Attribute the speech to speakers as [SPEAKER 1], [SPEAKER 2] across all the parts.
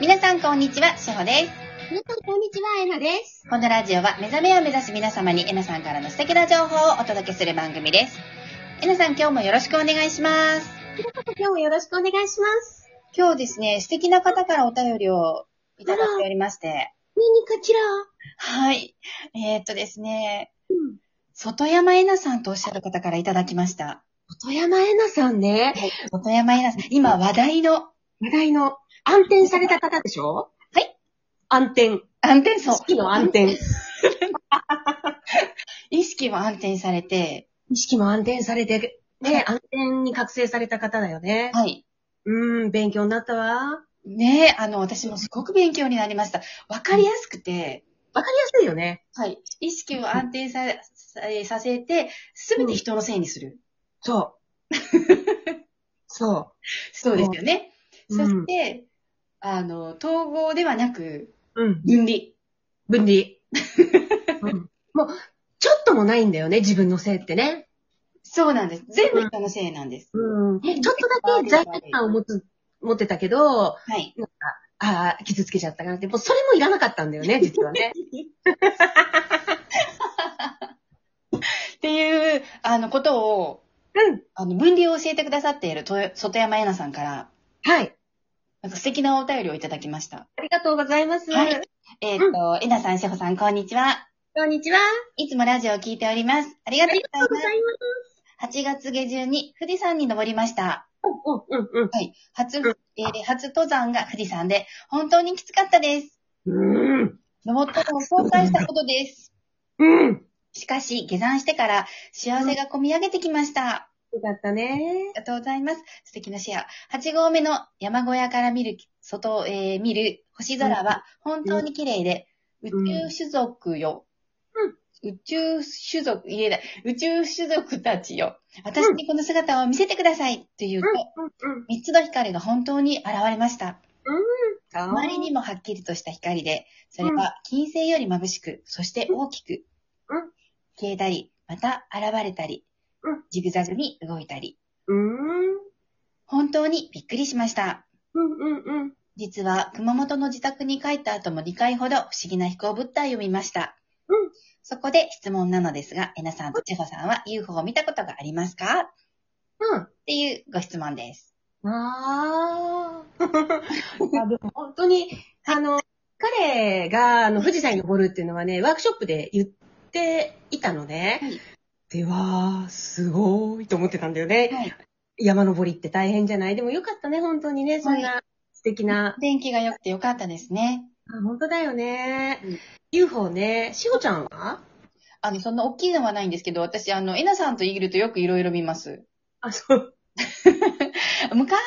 [SPEAKER 1] 皆さんこんにちは、しほです。
[SPEAKER 2] 皆さん、こんにちは、えなです。
[SPEAKER 1] このラジオは目覚めを目指す皆様にえなさんからの素敵な情報をお届けする番組です。えなさん今日もよろしくお願いします。
[SPEAKER 2] 今日もよろしくお願いします。
[SPEAKER 1] 今日ですね、素敵な方からお便りをいただいておりまして。
[SPEAKER 2] ミニこちら。
[SPEAKER 1] はい。えー、っとですね、
[SPEAKER 2] うん。
[SPEAKER 1] 外山えなさんとおっしゃる方からいただきました。
[SPEAKER 2] 外山えなさんね、
[SPEAKER 1] 外山えなさん、今話題の
[SPEAKER 2] 話題の、暗転された方でしょ
[SPEAKER 1] はい。
[SPEAKER 2] 暗転。
[SPEAKER 1] 暗転層
[SPEAKER 2] 好、きの暗転。
[SPEAKER 1] 意識も暗転されて、
[SPEAKER 2] 意識も暗転されて、ね、暗転に覚醒された方だよね。
[SPEAKER 1] はい。
[SPEAKER 2] うーん、勉強になったわ。
[SPEAKER 1] ねえ、あの、私もすごく勉強になりました。わかりやすくて、
[SPEAKER 2] わかりやすいよね。
[SPEAKER 1] はい。意識を安定ささえさせて、すべて人のせいにする。
[SPEAKER 2] そう。そ
[SPEAKER 1] そうですよね。
[SPEAKER 2] う。
[SPEAKER 1] そして、あの、統合ではなく、
[SPEAKER 2] うん、うん。
[SPEAKER 1] 分離。
[SPEAKER 2] 分離。うんもう、ちょっともないんだよね、自分のせいってね。
[SPEAKER 1] そうなんです。全部人のせいなんです。
[SPEAKER 2] うん。ちょっとだけ罪悪感を持つ、持ってたけど、
[SPEAKER 1] はい。
[SPEAKER 2] ああ、傷つけちゃったかなって、もうそれもいらなかったんだ よね、実はね。
[SPEAKER 1] っていう、あの、ことを、
[SPEAKER 2] うん。
[SPEAKER 1] あの、分離を教えてくださっていると外山えなさんから、
[SPEAKER 2] はい。
[SPEAKER 1] なんか素敵なお便りをいただきました。
[SPEAKER 2] ありがとうございます。
[SPEAKER 1] はいえっ、と、えなさん、しほさん、こんにちは。
[SPEAKER 2] こんにちは。
[SPEAKER 1] いつもラジオを聞いております。ありがとうございます。
[SPEAKER 2] いま
[SPEAKER 1] 8
[SPEAKER 2] す。
[SPEAKER 1] 月下旬に富士山に登りました。
[SPEAKER 2] うん、うん、
[SPEAKER 1] はい。初、え
[SPEAKER 2] うん
[SPEAKER 1] ー初登山が富士山で、本当にきつかったです。
[SPEAKER 2] うん。うん。
[SPEAKER 1] 登ったのを後悔したことです。
[SPEAKER 2] うん。よ
[SPEAKER 1] しかし、下山してから幸せが込み上げてきました。
[SPEAKER 2] かったね
[SPEAKER 1] あ。りがとうございます。素敵なシェア。8合目の山小屋から見る、外、えー見る星空は本当に綺麗で、
[SPEAKER 2] うん
[SPEAKER 1] 宇宙種族よ。宇宙種族、言えない。宇宙種族たちよ。私にこの姿を見せてくださいって言うと、
[SPEAKER 2] うん、うん。
[SPEAKER 1] 三つの光が本当に現れました。
[SPEAKER 2] か
[SPEAKER 1] 周りにもはっきりとした光で、それは金星より眩しく、そして大きく
[SPEAKER 2] うん、
[SPEAKER 1] 消えたり、また現れたり
[SPEAKER 2] うん、
[SPEAKER 1] ジグザグに動いたり、
[SPEAKER 2] うん。
[SPEAKER 1] 本当にびっくりしました。
[SPEAKER 2] うん、うん、うん。
[SPEAKER 1] 実は熊本の自宅に帰った後も2回ほど不思議な飛行物体を見ました。
[SPEAKER 2] うん
[SPEAKER 1] そこで質問なのですが、えなさんと千穂さんは UFO を見たことがありますかっ
[SPEAKER 2] うん。
[SPEAKER 1] ていうご質問です。
[SPEAKER 2] あ あ。でも本当に、あの、彼が、あの、富士山に登るっていうのはね、ワークショップで言っていたのね。
[SPEAKER 1] はい
[SPEAKER 2] では、すごいと思ってたんだよね。
[SPEAKER 1] はい。
[SPEAKER 2] 山登りって大変じゃないでもよかったね、本当にね。そんな素敵な。
[SPEAKER 1] 天気が良くて良かったですね。
[SPEAKER 2] あ本当だよね。
[SPEAKER 1] うん
[SPEAKER 2] UFO ね。しほちゃんは
[SPEAKER 1] あの、そんな大きいのはないんですけど、私、あの、えなさんといるとよくいろいろ見ます。
[SPEAKER 2] あ、そう。
[SPEAKER 1] 昔、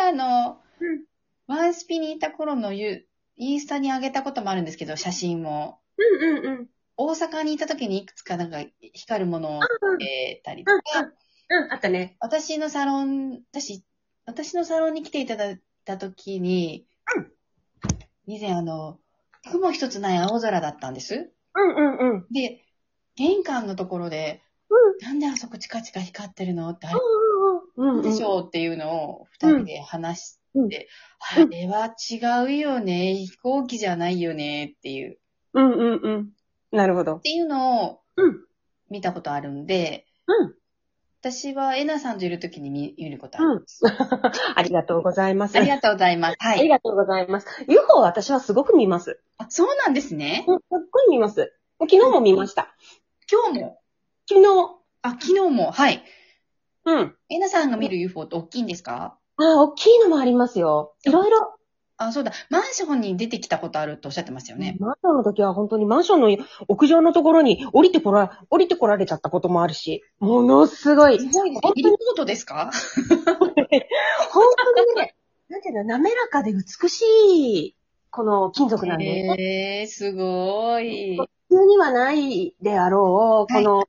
[SPEAKER 1] あの、
[SPEAKER 2] うん
[SPEAKER 1] ワンスピにいた頃のゆインスタに上げたこともあるんですけど、写真も。
[SPEAKER 2] うんうんうん。
[SPEAKER 1] 大阪にいた時にいくつかなんか光るものを
[SPEAKER 2] うん
[SPEAKER 1] えたりと
[SPEAKER 2] うん
[SPEAKER 1] か、
[SPEAKER 2] うん。うん、あったね。
[SPEAKER 1] 私のサロン、私、私のサロンに来ていただいた時に、
[SPEAKER 2] うん
[SPEAKER 1] 以前あの、雲一つない青空だったんです。
[SPEAKER 2] うんうんうん。うん
[SPEAKER 1] で、玄関のところで、なんであそこチカチカ光ってるのって、あれ
[SPEAKER 2] うんうん。
[SPEAKER 1] でしょうっていうのを二人で話して、
[SPEAKER 2] うん
[SPEAKER 1] あれは違うよね、飛行機じゃないよねっていう、っ
[SPEAKER 2] うんうんうん。なるほど。
[SPEAKER 1] ていうのを
[SPEAKER 2] うん。
[SPEAKER 1] 見たことあるんで、
[SPEAKER 2] うん
[SPEAKER 1] 私はえなさんといるときに見見ることある、
[SPEAKER 2] うん。ありがとうございます。
[SPEAKER 1] ありがとうございます。は
[SPEAKER 2] あり
[SPEAKER 1] い。
[SPEAKER 2] がとうございます。UFO は私はすごく見ます。
[SPEAKER 1] あそうなんですね。
[SPEAKER 2] うんすっごい見ます。昨日も見ました。
[SPEAKER 1] 今日も、
[SPEAKER 2] 昨日。
[SPEAKER 1] あ、昨日も、はい。
[SPEAKER 2] うん。
[SPEAKER 1] えなさんが見る UFO って大きいんですか
[SPEAKER 2] あ、大きいのもありますよ。いろいろ。
[SPEAKER 1] あ、そうだ。マンションに出てきたことあるとおっしゃってましたよね。
[SPEAKER 2] マンションの時は本当にマンションの屋上のところに降りてこら、降りてこられちゃったこともあるし、ものすごい、
[SPEAKER 1] すごいですね
[SPEAKER 2] 本。
[SPEAKER 1] ヘ
[SPEAKER 2] 当
[SPEAKER 1] リ
[SPEAKER 2] に
[SPEAKER 1] ポートですか
[SPEAKER 2] 本当にね、 なんていうの、滑らかで美しい、この金属なんで、
[SPEAKER 1] えー、すごい。
[SPEAKER 2] 普通にはないであろう、この、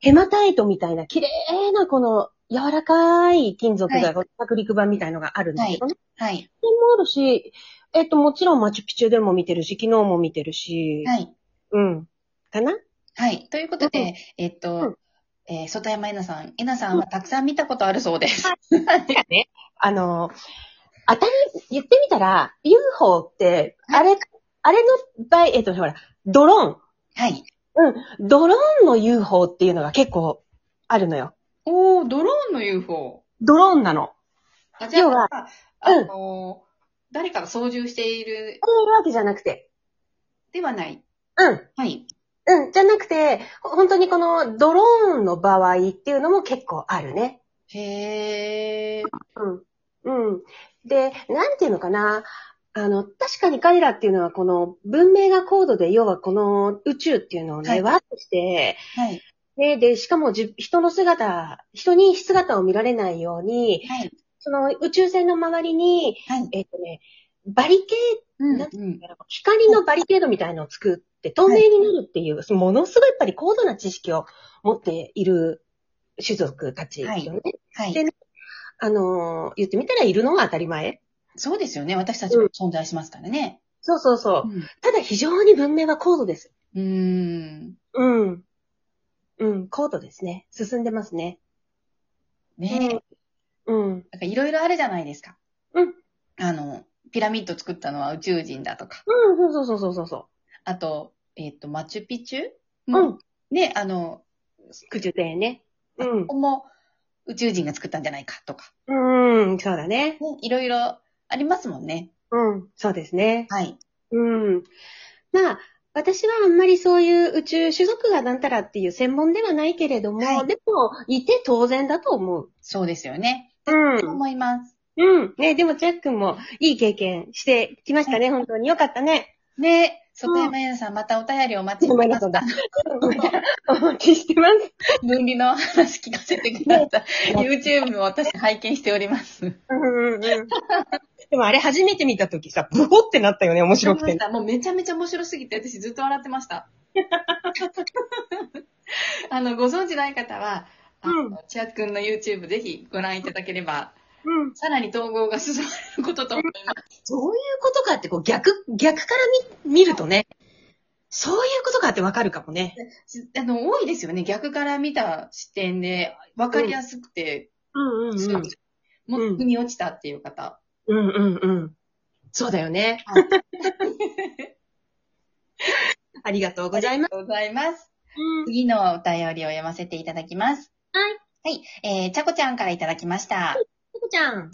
[SPEAKER 2] ヘマタイトみたいな、綺麗なこの、柔らかい金属
[SPEAKER 1] は
[SPEAKER 2] が、着陸板みたいのがあるんだけどね。
[SPEAKER 1] はい。
[SPEAKER 2] それもあるし、えっと、もちろんマチュピチュでも見てるし、昨日も見てるし、
[SPEAKER 1] はい。
[SPEAKER 2] うん。かな
[SPEAKER 1] はい。ということで、
[SPEAKER 2] う
[SPEAKER 1] えっと、
[SPEAKER 2] うん
[SPEAKER 1] えー外山えなさん、えなさんはたくさん見たことあるそうです。
[SPEAKER 2] あの、当たり、言ってみたら、法って、あれ、あれの場合、えっと、ほら、ドロ
[SPEAKER 1] はい。
[SPEAKER 2] ーン。ドローンの UFO っていうのが結構あるのよ。
[SPEAKER 1] おー、ドローンの UFO。
[SPEAKER 2] ドローンなの。
[SPEAKER 1] あ、じゃ
[SPEAKER 2] 要は
[SPEAKER 1] あ、あ
[SPEAKER 2] うん
[SPEAKER 1] のー誰かが操縦している
[SPEAKER 2] そういうわけじゃなくて。
[SPEAKER 1] ではない。
[SPEAKER 2] うん。
[SPEAKER 1] はい。
[SPEAKER 2] うん、じゃなくて、ほ本当にこのドローンの場合っていうのも結構あるね。
[SPEAKER 1] へー。
[SPEAKER 2] うん。うん。で、なんていうのかな。あの、確かに彼らっていうのはこの文明が高度で、要はこの宇宙っていうのをね、
[SPEAKER 1] はい
[SPEAKER 2] ワープして、
[SPEAKER 1] はい。
[SPEAKER 2] ね、で、しかもじ人の姿、人に姿を見られないように、
[SPEAKER 1] はい。
[SPEAKER 2] その宇宙船の周りに、
[SPEAKER 1] はい。
[SPEAKER 2] えっとね、バリケ
[SPEAKER 1] うん。
[SPEAKER 2] なん
[SPEAKER 1] うん。
[SPEAKER 2] ード、光のバリケードみたいのを作って透明になるっていう、ものすごいやっぱり高度な知識を持っている種族たちよね。
[SPEAKER 1] はい
[SPEAKER 2] で。あのー、言ってみたらいるのが当たり前。
[SPEAKER 1] そうですよね。私たちも存在しますからね。
[SPEAKER 2] そうそうそうう。
[SPEAKER 1] ん。
[SPEAKER 2] ただ非常に文明は高度です。
[SPEAKER 1] うーん。
[SPEAKER 2] うん。うん、高度ですね。進んでますね。
[SPEAKER 1] ねえ。
[SPEAKER 2] うん。
[SPEAKER 1] なんかいろいろあるじゃないですか。
[SPEAKER 2] うん。
[SPEAKER 1] あの、ピラミッド作ったのは宇宙人だとか。
[SPEAKER 2] うん、そうそうそうそうそ
[SPEAKER 1] あと、えっ、と、マチュピチュ
[SPEAKER 2] う。うん。
[SPEAKER 1] ね、あの、
[SPEAKER 2] 空中庭園ね。うん
[SPEAKER 1] ここも宇宙人が作ったんじゃないかとか。。
[SPEAKER 2] うん、そうだ
[SPEAKER 1] ね
[SPEAKER 2] ね。
[SPEAKER 1] いろいろありますもんね。
[SPEAKER 2] うん、そうですね。
[SPEAKER 1] はい。
[SPEAKER 2] うん。まあ、私はあんまりそういう宇宙種族がなんたらっていう専門ではないけれども、
[SPEAKER 1] はい
[SPEAKER 2] でも、いて当然だと思う。
[SPEAKER 1] そうですよね。
[SPEAKER 2] う
[SPEAKER 1] そう。思います。
[SPEAKER 2] うん。ね、でも、ジャックもいい経験してきましたね。本当によかったね。
[SPEAKER 1] ね、外山優さん、またお便りお待ちしてます。
[SPEAKER 2] だ。 お待ちしてます。
[SPEAKER 1] 分離の話聞かせてください。YouTube も私拝見しております。
[SPEAKER 2] うんうんうん。 でも、あれ初めて見たときさ、ブコってなったよね、面白くて。
[SPEAKER 1] もうめちゃめちゃ面白すぎて、私ずっと笑ってま した。あの、ご存知ない方は、あの
[SPEAKER 2] うん
[SPEAKER 1] 千秋くんの YouTube ぜひご覧いただければ、
[SPEAKER 2] うん。
[SPEAKER 1] さらに統合が進まれることと思います。
[SPEAKER 2] そういうことかって、こう、逆、逆から見、見るとね、そういうことかってわかるかもね。
[SPEAKER 1] しあの、多いですよね。逆から見た視点で、わかりやすくて、
[SPEAKER 2] うんうんうん。
[SPEAKER 1] もう、腑に落ちたっていう方。
[SPEAKER 2] うんうんうん。そうだよね
[SPEAKER 1] は。
[SPEAKER 2] ありがとうございま
[SPEAKER 1] ありが
[SPEAKER 2] す。
[SPEAKER 1] とうございます。
[SPEAKER 2] うん
[SPEAKER 1] 次のお便りを読ませていただきます。
[SPEAKER 2] はい。
[SPEAKER 1] はい。えー、ちゃこちゃんからいただきました。
[SPEAKER 2] ペコちゃん。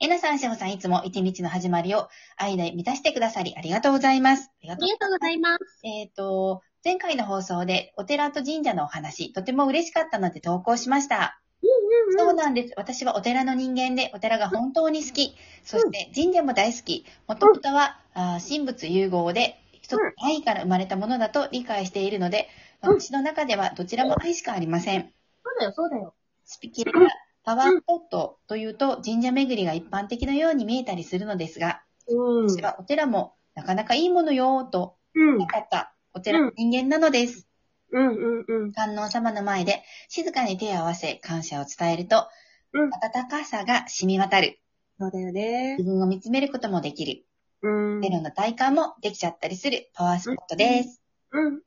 [SPEAKER 1] えなさん、しほさん、いつも一日の始まりを愛で満たしてくださり、ありがとうございます。ありが
[SPEAKER 2] あ
[SPEAKER 1] とう
[SPEAKER 2] りがとうございます。
[SPEAKER 1] えっ、と、前回の放送でお寺と神社のお話、とても嬉しかったので投稿しました。
[SPEAKER 2] うん
[SPEAKER 1] そうなんです。私はお寺の人間で、お寺が本当に好き。そして神社も大好き。元々は、あー神仏融合で、一つの愛から生まれたものだと理解しているので、
[SPEAKER 2] うん
[SPEAKER 1] 私の中ではどちらも愛しかありません。
[SPEAKER 2] そうだよ、そうだよ。
[SPEAKER 1] スピキからパワースポットというと神社巡りが一般的のように見えたりするのですが、
[SPEAKER 2] うん
[SPEAKER 1] 私はお寺もなかなかいいものよーと、
[SPEAKER 2] うん
[SPEAKER 1] なかったお寺の人間なのです。
[SPEAKER 2] うんうんうん。
[SPEAKER 1] 観音様の前で静かに手を合わせ感謝を伝えると、
[SPEAKER 2] うん
[SPEAKER 1] 温かさが染み渡る。
[SPEAKER 2] そうだよね。
[SPEAKER 1] 自分を見つめることもできる。
[SPEAKER 2] うん
[SPEAKER 1] ゼロの体感もできちゃったりするパワースポットです。
[SPEAKER 2] うんうん。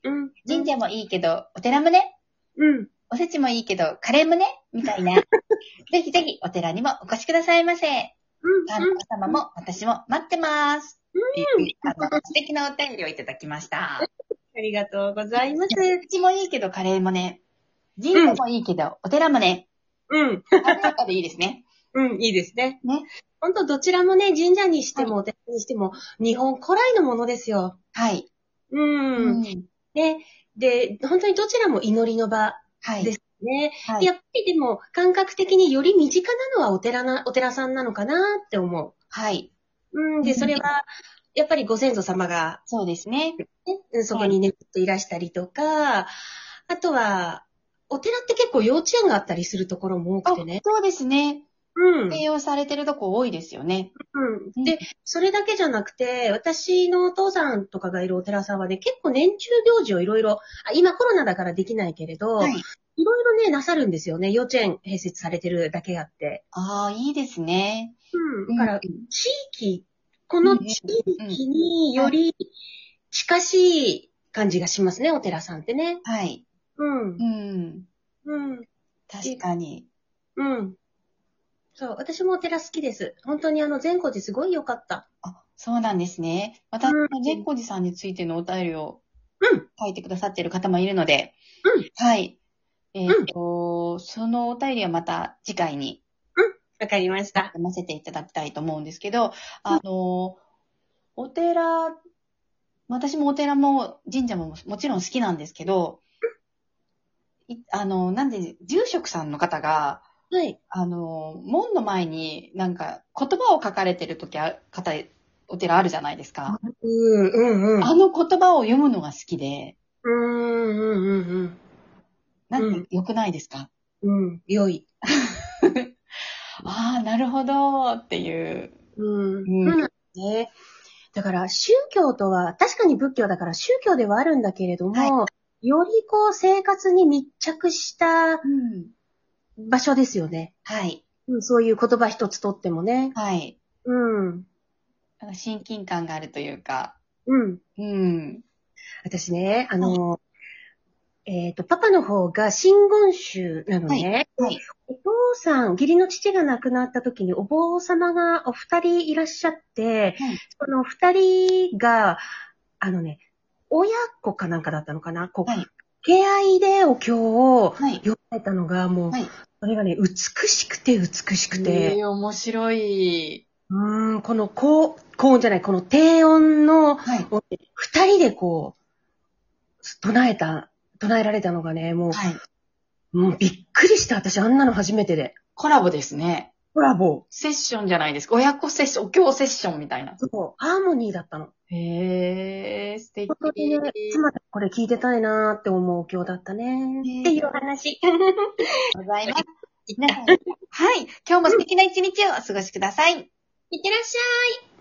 [SPEAKER 1] 神社もいいけど、お寺もね、
[SPEAKER 2] うん。
[SPEAKER 1] おせちもいいけど、カレーもね、みたいな。ぜひぜひお寺にもお越しくださいませ。観音様も私も待ってます。っていうあの素敵なお便りをいただきました。
[SPEAKER 2] ありがとうございます。
[SPEAKER 1] おせちもいいけど、カレーもね。神社もいいけど、お寺もね。
[SPEAKER 2] うん。
[SPEAKER 1] 華やかでいいですね。
[SPEAKER 2] うん、いいですね。
[SPEAKER 1] ね。
[SPEAKER 2] ほんと、どちらもね、神社にしても、お寺にしても、日本古来のものですよ。
[SPEAKER 1] はい。
[SPEAKER 2] う。
[SPEAKER 1] うんん
[SPEAKER 2] ね。で、本当にどちらも祈りの場
[SPEAKER 1] はい。
[SPEAKER 2] ですね。
[SPEAKER 1] は
[SPEAKER 2] や
[SPEAKER 1] い。
[SPEAKER 2] っぱりでも、感覚的により身近なのはお寺な、お寺さんなのかなって思
[SPEAKER 1] はい。
[SPEAKER 2] う。うん。で、それは、やっぱりご先祖様が、
[SPEAKER 1] そうですね。
[SPEAKER 2] ねうん、そこに眠っていらしたりとか、あとは、お寺って結構幼稚園があったりするところも多
[SPEAKER 1] あ
[SPEAKER 2] くてね。
[SPEAKER 1] そうですね。
[SPEAKER 2] うん
[SPEAKER 1] 併用されてるとこ多いですよね。
[SPEAKER 2] うん。で、それだけじゃなくて、私のお父さんとかがいるお寺さんはね、結構年中行事をいろいろ、あ今コロナだからできないけれど、
[SPEAKER 1] はい
[SPEAKER 2] い、。ろいろね、なさるんですよね。幼稚園併設されてるだけあって。
[SPEAKER 1] ああ、いいですね。
[SPEAKER 2] うん。だから、
[SPEAKER 1] うん
[SPEAKER 2] 地域、この地域により近しい感じがしますね、お寺さんってね。
[SPEAKER 1] はい。
[SPEAKER 2] う
[SPEAKER 1] う。
[SPEAKER 2] ん
[SPEAKER 1] ん。
[SPEAKER 2] うん。
[SPEAKER 1] 確かに。
[SPEAKER 2] うん。そう、私もお寺好きです。本当にあの、善光寺すごい良かった。
[SPEAKER 1] そうなんですね。また、
[SPEAKER 2] うん
[SPEAKER 1] 善光寺さんについてのお便りを
[SPEAKER 2] うん
[SPEAKER 1] 書いてくださっている方もいるので、
[SPEAKER 2] うん
[SPEAKER 1] はい。えっ、と、そのお便りはまた次回に
[SPEAKER 2] わかりました。
[SPEAKER 1] 読ませていただきたいと思うんですけど、あの、お寺、私もお寺も神社ももちろん好きなんですけど、いあの、なんで、住職さんの方が、
[SPEAKER 2] はい。
[SPEAKER 1] あの、門の前になんか言葉を書かれてる時あ方、お寺あるじゃないですか。
[SPEAKER 2] うん、うん、うん。
[SPEAKER 1] あの言葉を読むのが好きで、
[SPEAKER 2] うん、うん、うん、
[SPEAKER 1] なん
[SPEAKER 2] う
[SPEAKER 1] か
[SPEAKER 2] ん
[SPEAKER 1] 良くないですか、
[SPEAKER 2] うん。うん、良い。
[SPEAKER 1] ああ、なるほど、っていう。
[SPEAKER 2] うん。
[SPEAKER 1] う
[SPEAKER 2] ね。だから宗教とは、確かに仏教だから宗教ではあるんだけれども、
[SPEAKER 1] は
[SPEAKER 2] よりこう生活に密着した
[SPEAKER 1] うん。
[SPEAKER 2] 場所ですよね。
[SPEAKER 1] はい。
[SPEAKER 2] うん、そういう言葉一つとってもね。
[SPEAKER 1] はい。
[SPEAKER 2] うん。
[SPEAKER 1] なんか親近感があるというか。
[SPEAKER 2] うん。
[SPEAKER 1] うん。
[SPEAKER 2] 私ね、あの、えっ、と、パパの方が真言宗なのね。
[SPEAKER 1] はい。
[SPEAKER 2] お父さん、義理の父が亡くなった時にお坊様がお二人いらっしゃって、
[SPEAKER 1] はい
[SPEAKER 2] その二人が、あのね、親子かなんかだったのかなこう、
[SPEAKER 1] はい
[SPEAKER 2] 敬愛でお経を
[SPEAKER 1] はい。
[SPEAKER 2] 読まれたのが、もう、
[SPEAKER 1] はい
[SPEAKER 2] それがね、美しくて美しくて、
[SPEAKER 1] えー面白い。
[SPEAKER 2] うーん、この高、高音じゃない、この低音の、
[SPEAKER 1] はい。
[SPEAKER 2] 二人でこう、唱えた、唱えられたのがね、もう、
[SPEAKER 1] はい。
[SPEAKER 2] もうびっくりした、私、あんなの初めてで。
[SPEAKER 1] コラボですね。
[SPEAKER 2] コラボ。
[SPEAKER 1] セッションじゃないですか。親子セッション、お経セッションみたいな。
[SPEAKER 2] そう、ハーモニーだったの。
[SPEAKER 1] へえ、素敵。
[SPEAKER 2] 本当にね、いつまでこれ聞いてたいなーって思う今日だったね。
[SPEAKER 1] ね
[SPEAKER 2] っていう話。
[SPEAKER 1] ございます。ねはい。今日も素敵な一日をお過ごしください。
[SPEAKER 2] いってらっしゃい。